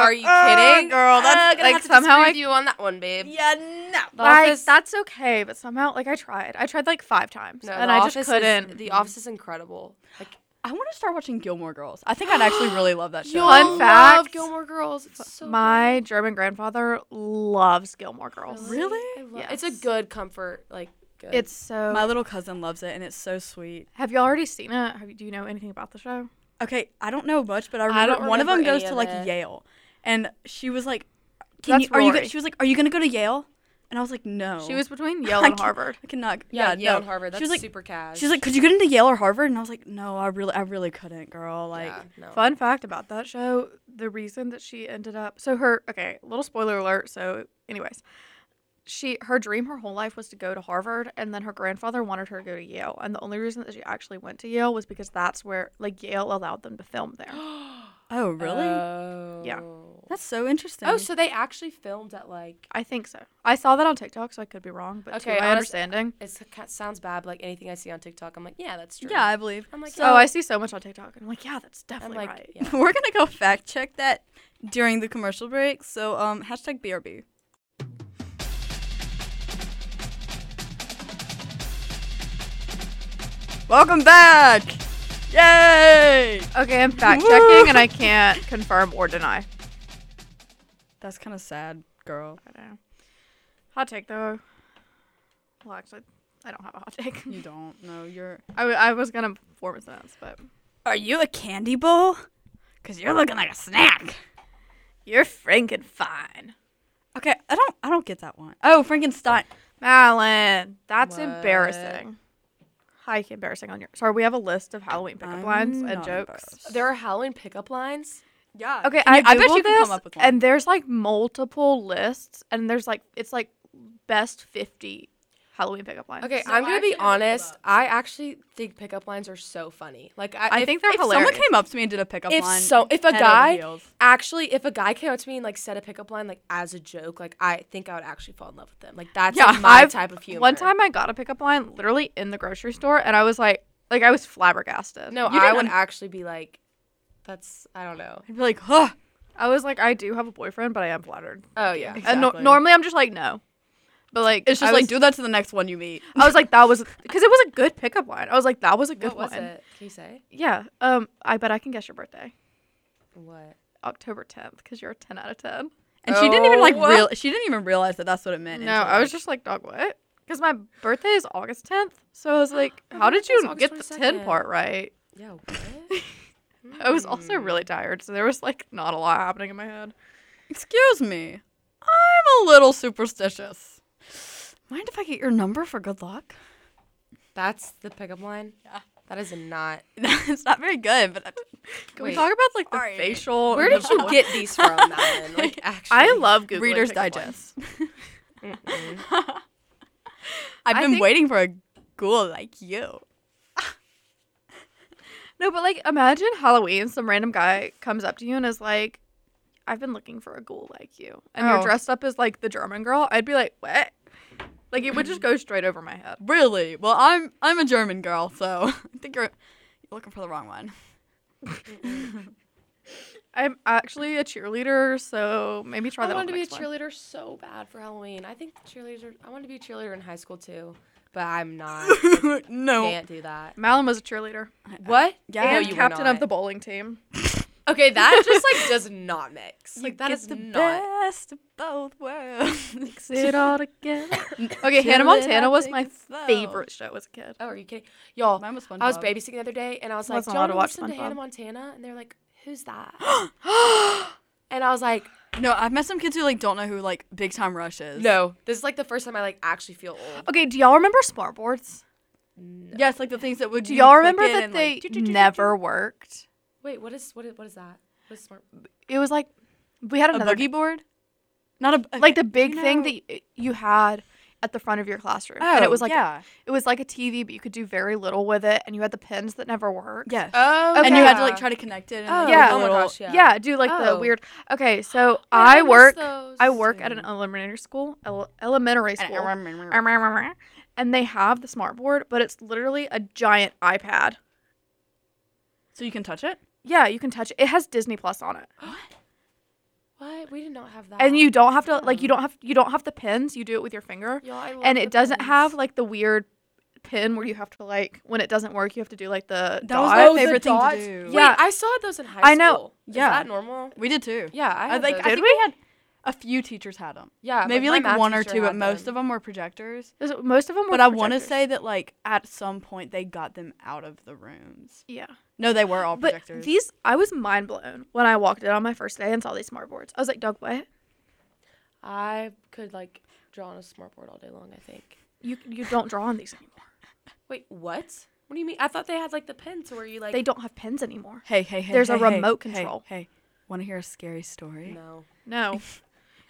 are you kidding, Uh, girl? That's gonna like have to somehow disagree I with you on that one, babe. Yeah, no. The like, Office- that's okay, but somehow like I tried. I tried like five times, No, and The I Office just couldn't. Is, the Office is incredible. Like I want to start watching Gilmore Girls. I think I'd actually really love that show. Yo, Fun You'll fact, love Gilmore Girls. It's so My German grandfather loves Gilmore good. Girls. Really? I love- Yes. It's a good comfort. Like good. It's so. My little cousin loves it, and it's so sweet. have you already seen it? Have you, do you know anything about the show? Okay, I don't know much, but I remember, don't one of them remember goes any to of like it. Yale, and she was like, "Can That's you? Are you? Rory. go- She was like, "Are you gonna go to Yale?" And I was like, "No." She was between Yale and I can't- Harvard. I cannot. yeah, no. Yale and Harvard. That's she was like, super cash. she was like, "Could you get into Yale or Harvard?" And I was like, "No, I really, I really couldn't, girl." Like, yeah, no. Oh. Fun fact about that show: the reason that she ended up so her okay, little spoiler alert. So, anyways, she her dream her whole life was to go to Harvard, and then her grandfather wanted her to go to Yale, and the only reason that she actually went to Yale was because that's where like Yale allowed them to film there. oh, really? Yeah. Oh. That's so interesting. Uh, Oh, so they actually filmed at like. I think so. I saw that on TikTok, so I could be wrong, but Okay, to my honest- understanding. It's, it ca- sounds bad. But like anything I see on TikTok, I'm like, yeah, that's true. yeah, I believe. I'm like, So- oh, I see so much on TikTok, and I'm like, yeah, that's I'm definitely like, right. yeah. We're gonna go fact check that during the commercial break. So um hashtag BRB. Welcome back! Yay! Okay, I'm fact checking and I can't confirm or deny. That's kind of sad, girl. I don't know. Hot take though. Well, actually, I don't have a hot take. You don't know you're. I, w- I was gonna form a sentence, but Are you a candy bowl? Cause you're looking like a snack. you're franken fine, Okay, I don't. I don't get that one. Oh, Frankenstein. Malin. That's What? embarrassing. Hike embarrassing on your. Sorry, we have a list of Halloween pickup I'm lines and not jokes. embarrassed. There are Halloween pickup lines. Yeah. Okay, Can I, you I bet Google? you can this, come up with one. and there's like multiple lists, and there's like it's like best fifty Halloween pickup lines. Okay, So I'm gonna actually be have to pull honest. up. I actually think pickup lines are so funny. Like I, I if- think they're if hilarious. Someone came up to me and did a pickup if line. so if a head over guy heels. actually if a guy came up to me and like said a pickup line like as a joke like i think i would actually fall in love with them like that's like, Yeah, my I've- type of humor One time I got a pickup line literally in the grocery store and I was like like I was flabbergasted. no You i didn't would un- actually be like that's i don't know I'd be like, huh. I was like I do have a boyfriend but I am flattered. oh yeah And no- Exactly. normally I'm just like no. But like, It's just I like was, do that to the next one you meet. I was like, that was because it was a good pickup line. I was like, that was a good what was one. it? Can you say Yeah. Um, I bet I can guess your birthday, what? October tenth, because you're a ten out of ten. And she didn't even like Oh. real. She didn't even realize that that's what it meant. No, until, I was like- just like, dog, what? Because my birthday is August tenth, so I was like, My how did birthday's you August get the ten 22nd. part right? Yeah. What? I was also really tired, so there was like not a lot happening in my head. Excuse me, I'm a little superstitious. Mind if I get your number for good luck? That's the pickup line. Yeah. That is not. it's not very good, but uh, Can Wait. we talk about like the Alright. facial? and Where the did you voice? get these from, Madeline? Like, actually, I love Google Reader's Digest. Mm-mm. I've I been think- waiting for a ghoul like you. No, but like imagine Halloween, some random guy comes up to you and is like, I've been looking for a ghoul like you. And Oh. you're dressed up as like the German girl. I'd be like, what? Like it would just go straight over my head. Really? Well, I'm I'm a German girl, so I think you're you're looking for the wrong one. I'm actually a cheerleader, so maybe try I that. wanted to on be the a next one. cheerleader so bad for Halloween. I think cheerleaders. Are, I wanted to be a cheerleader in high school too, but I'm not. no. Can't do that. Malin was a cheerleader What? Yeah. No, and you were captain of not. the bowling team. Okay, that just like does not mix. Like that Get is the not. best of both worlds. Mix it all together. okay, Hannah Montana was my favorite show as a kid. Oh, are you kidding, y'all? Mine was SpongeBob. I was babysitting the other day, and I was like, Wasn't "Do you allowed want to watch to listen to Hannah SpongeBob. Montana?" And they're like, "Who's that?" and I was like, No, I've met some kids who like don't know who like Big Time Rush is. "No, this is like the first time I like actually feel old." Okay, do y'all remember smartboards? Yes, like the things that would Do you y'all click remember in that and, they like, never worked? Wait, what is what is what is that? What is smart? It was like we had a another boogie board? Not a like the big you thing know- that y- you had at the front of your classroom and it was like oh, yeah. it was like a tv but you could do very little with it and you had the pins that never worked Yes. Oh, And you had to yeah. like try to connect it. And, Oh, like, yeah. a Oh my little- gosh, yeah, yeah. do like the Oh. weird okay so I i miss work those. i work at an Dude. elementary school ele- elementary And- school and they have the smartboard, but it's literally a giant ipad So you can touch it? yeah you can touch it it has disney plus on it What? We did not have that. and you don't have to like you Hmm. don't have you don't have the pins you do it with your finger Y'all, I love and the it doesn't pins. have like the weird pin where you have to like when it doesn't work you have to do like the That was dot. my the favorite thing dots. to do. Yeah. Wait, I saw those in high school. I know. Yeah. Is that normal? We did too. Yeah, I, I had like those. I Did think we? we had a few teachers had them. yeah, Maybe my like, math one or teacher two, but had most them. of them were projectors. Is it- Most of them were. But I want to projectors. say that like at some point they got them out of the rooms. yeah. No, they were all But projectors. these, I was mind blown when I walked in on my first day and saw these smartboards. I was like, "Doug, what? I could like draw on a smartboard all day long. I think. You you don't draw on these anymore. Wait, what? What do you mean? I thought they had like the pins where you like. They don't have pens anymore. hey, hey, hey. There's a hey, hey, remote hey, control. Hey, want to hear a scary story? No. No,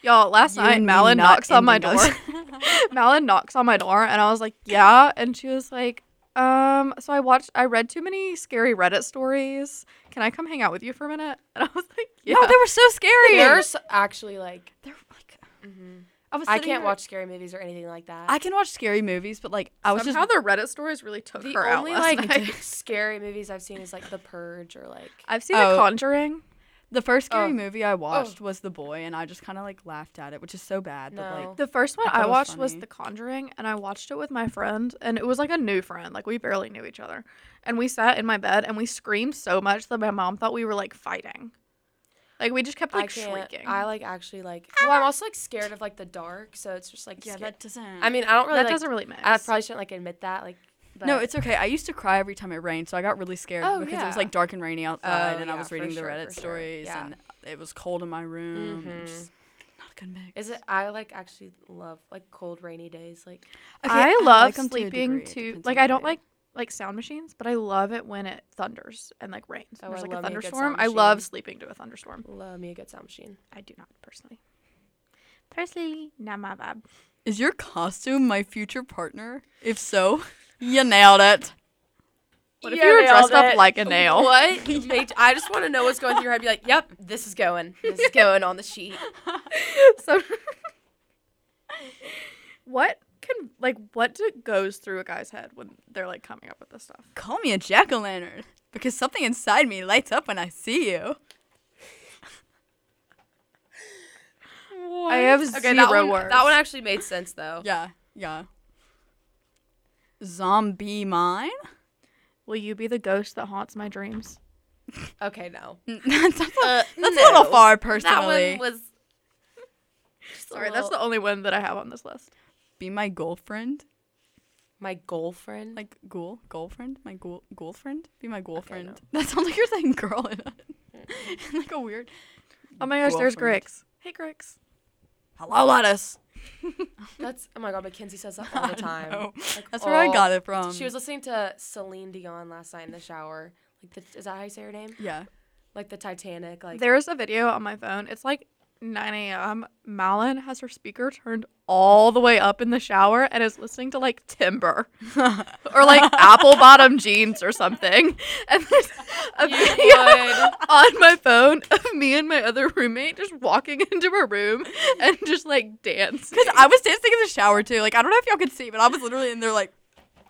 y'all. Last You night, and me Malin not knocks on my ending door. this. Malin knocks on my door, and I was like, "Yeah," and she was like, "Um, so I watched, I read too many scary Reddit stories. Can I come hang out with you for a minute?" And I was like, "Yeah." No, they were so scary. There's actually like. They're, like, mhm. I, was I Mm-hmm. sitting can't here- watch scary movies or anything like that. I can watch scary movies, but like I was Somehow just the Reddit stories really took the her only out last like night. scary movies I've seen is like The Purge or like. I've seen Oh. The Conjuring. the first scary Oh. movie I watched was The Boy, and I just kind of like laughed at it, which is so bad. But No. like, The first one I thought I, it was watched was funny. The Conjuring, and I watched it with my friend, and it was like a new friend. Like we barely knew each other, and we sat in my bed and we screamed so much that my mom thought we were like fighting. Like we just kept I like can't. shrieking. I like actually like. Well, I'm also like scared of like the dark, so it's just like. yeah, sca- that doesn't. I mean, I don't really. that like, doesn't really mix. I probably shouldn't like admit that. Like, but no, it's okay. I used to cry every time it rained, so I got really scared Oh, because it was yeah. like dark and rainy outside, Oh, and I yeah, was for reading the sure, Reddit for sure. stories, Yeah. and it was cold in my room. and Mhm. just not a good mix. is it? I like actually love like cold rainy days. Like, I love like 'em to a sleeping degree, it to depends on like the I don't day. like like sound machines, but I love it when it thunders and like rains. Oh, There's I like a love me a good thunderstorm. sound I love machine. sleeping to a thunderstorm. love me a good sound machine. I do not personally. Personally, not my vibe. Is your costume my future partner? If so, you nailed it. What if you were dressed up like a nail? What? Mate, I just want to know what's going through your head. Be like, yep, this is going. This is going on the sheet. So, what can like what do, goes through a guy's head when they're like coming up with this stuff? Call me a jack o' lantern because something inside me lights up when I see you. I have Okay, zero that one, words. that one actually made sense though. Yeah, yeah. Zombie mine? Will you be the ghost that haunts my dreams? Okay, no. that's a, Uh, that's a little no. far, That personally. one was. just a Sorry, that's the little- only one that I have on this list. Be my girlfriend? my girlfriend. Like ghoul girlfriend? My ghoul girlfriend? Be my girlfriend. no. That sounds like you're saying girl in, a- in like a weird. Oh my gosh, there's Girlfriend. Grix. Hey, Grix. Hello, lettuce. that's oh my god, Mackenzie says that all the time. know. Like, That's where I all- got it from. She was listening to Celine Dion last night in the shower. Like, the, is that how you say her name? yeah. Like the Titanic. Like There's a video on my phone. It's like 9 a.m. Malin has her speaker turned all the way up in the shower and is listening to like Timber or like Apple Bottom Jeans or something. And there's a You video would. on my phone of me and my other roommate just walking into her room and just like dancing. Because I was dancing in the shower too. Like I don't know if y'all could see, but I was literally in there. Like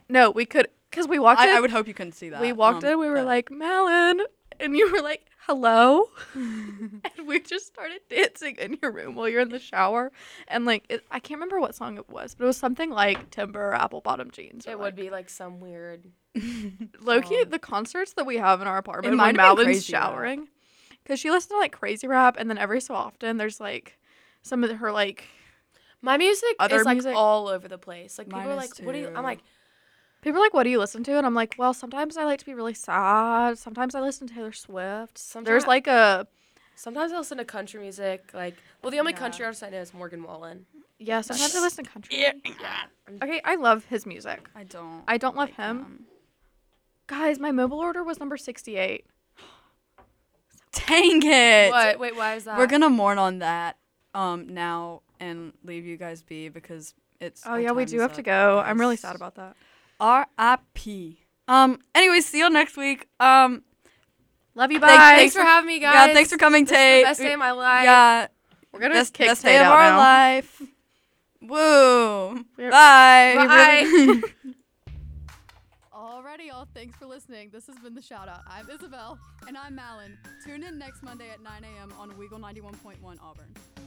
No, we could, because we walked in. I, I would hope you couldn't see that. we walked um, in, we were but- like, Malin. And you were like, hello. and we just started dancing in your room while you're in the shower. And like, it, I can't remember what song it was, but it was something like Timber, Apple Bottom Jeans. or, it would be like some weird. like, low key, song. the concerts that we have in our apartment It when might have Malin's been Crazy Rap. showering. Because she listens to like crazy rap. And then every so often, there's like some of her like, My music Other is like music? all over the place. Like people Mine are is like, "What do you?" too. I'm like, people are like, what do you listen to? And I'm like, well, sometimes I like to be really sad. Sometimes I listen to Taylor Swift. Sometime- There's like a, sometimes I listen to country music. Like, well, the only Yeah. country artist I know is Morgan Wallen. yeah, sometimes I listen to country. I'm- Okay, I love his music. I don't. I don't love like him. Guys, my mobile order was number 68. Dang it! What? Wait, why is that? Uh, We're gonna mourn on that um now and leave you guys be because it's. Oh, our yeah, we time do is have up, to go. I'm really guys. sad about that. R.I.P. Um. Anyway, see you next week. Um. Love you, bye. Thanks- Thanks for having me, guys. Yeah. Thanks for coming, Tate. Best day of my life. Yeah. We're going to Best, kick best Tate day of out our now. life. Woo. We're- Bye. Bye. Alrighty, y'all. Thanks for listening. This has been The Shout Out. I'm Isabel. And I'm Malin. Tune in next Monday at 9 a.m. on Weagle 91.1 Auburn.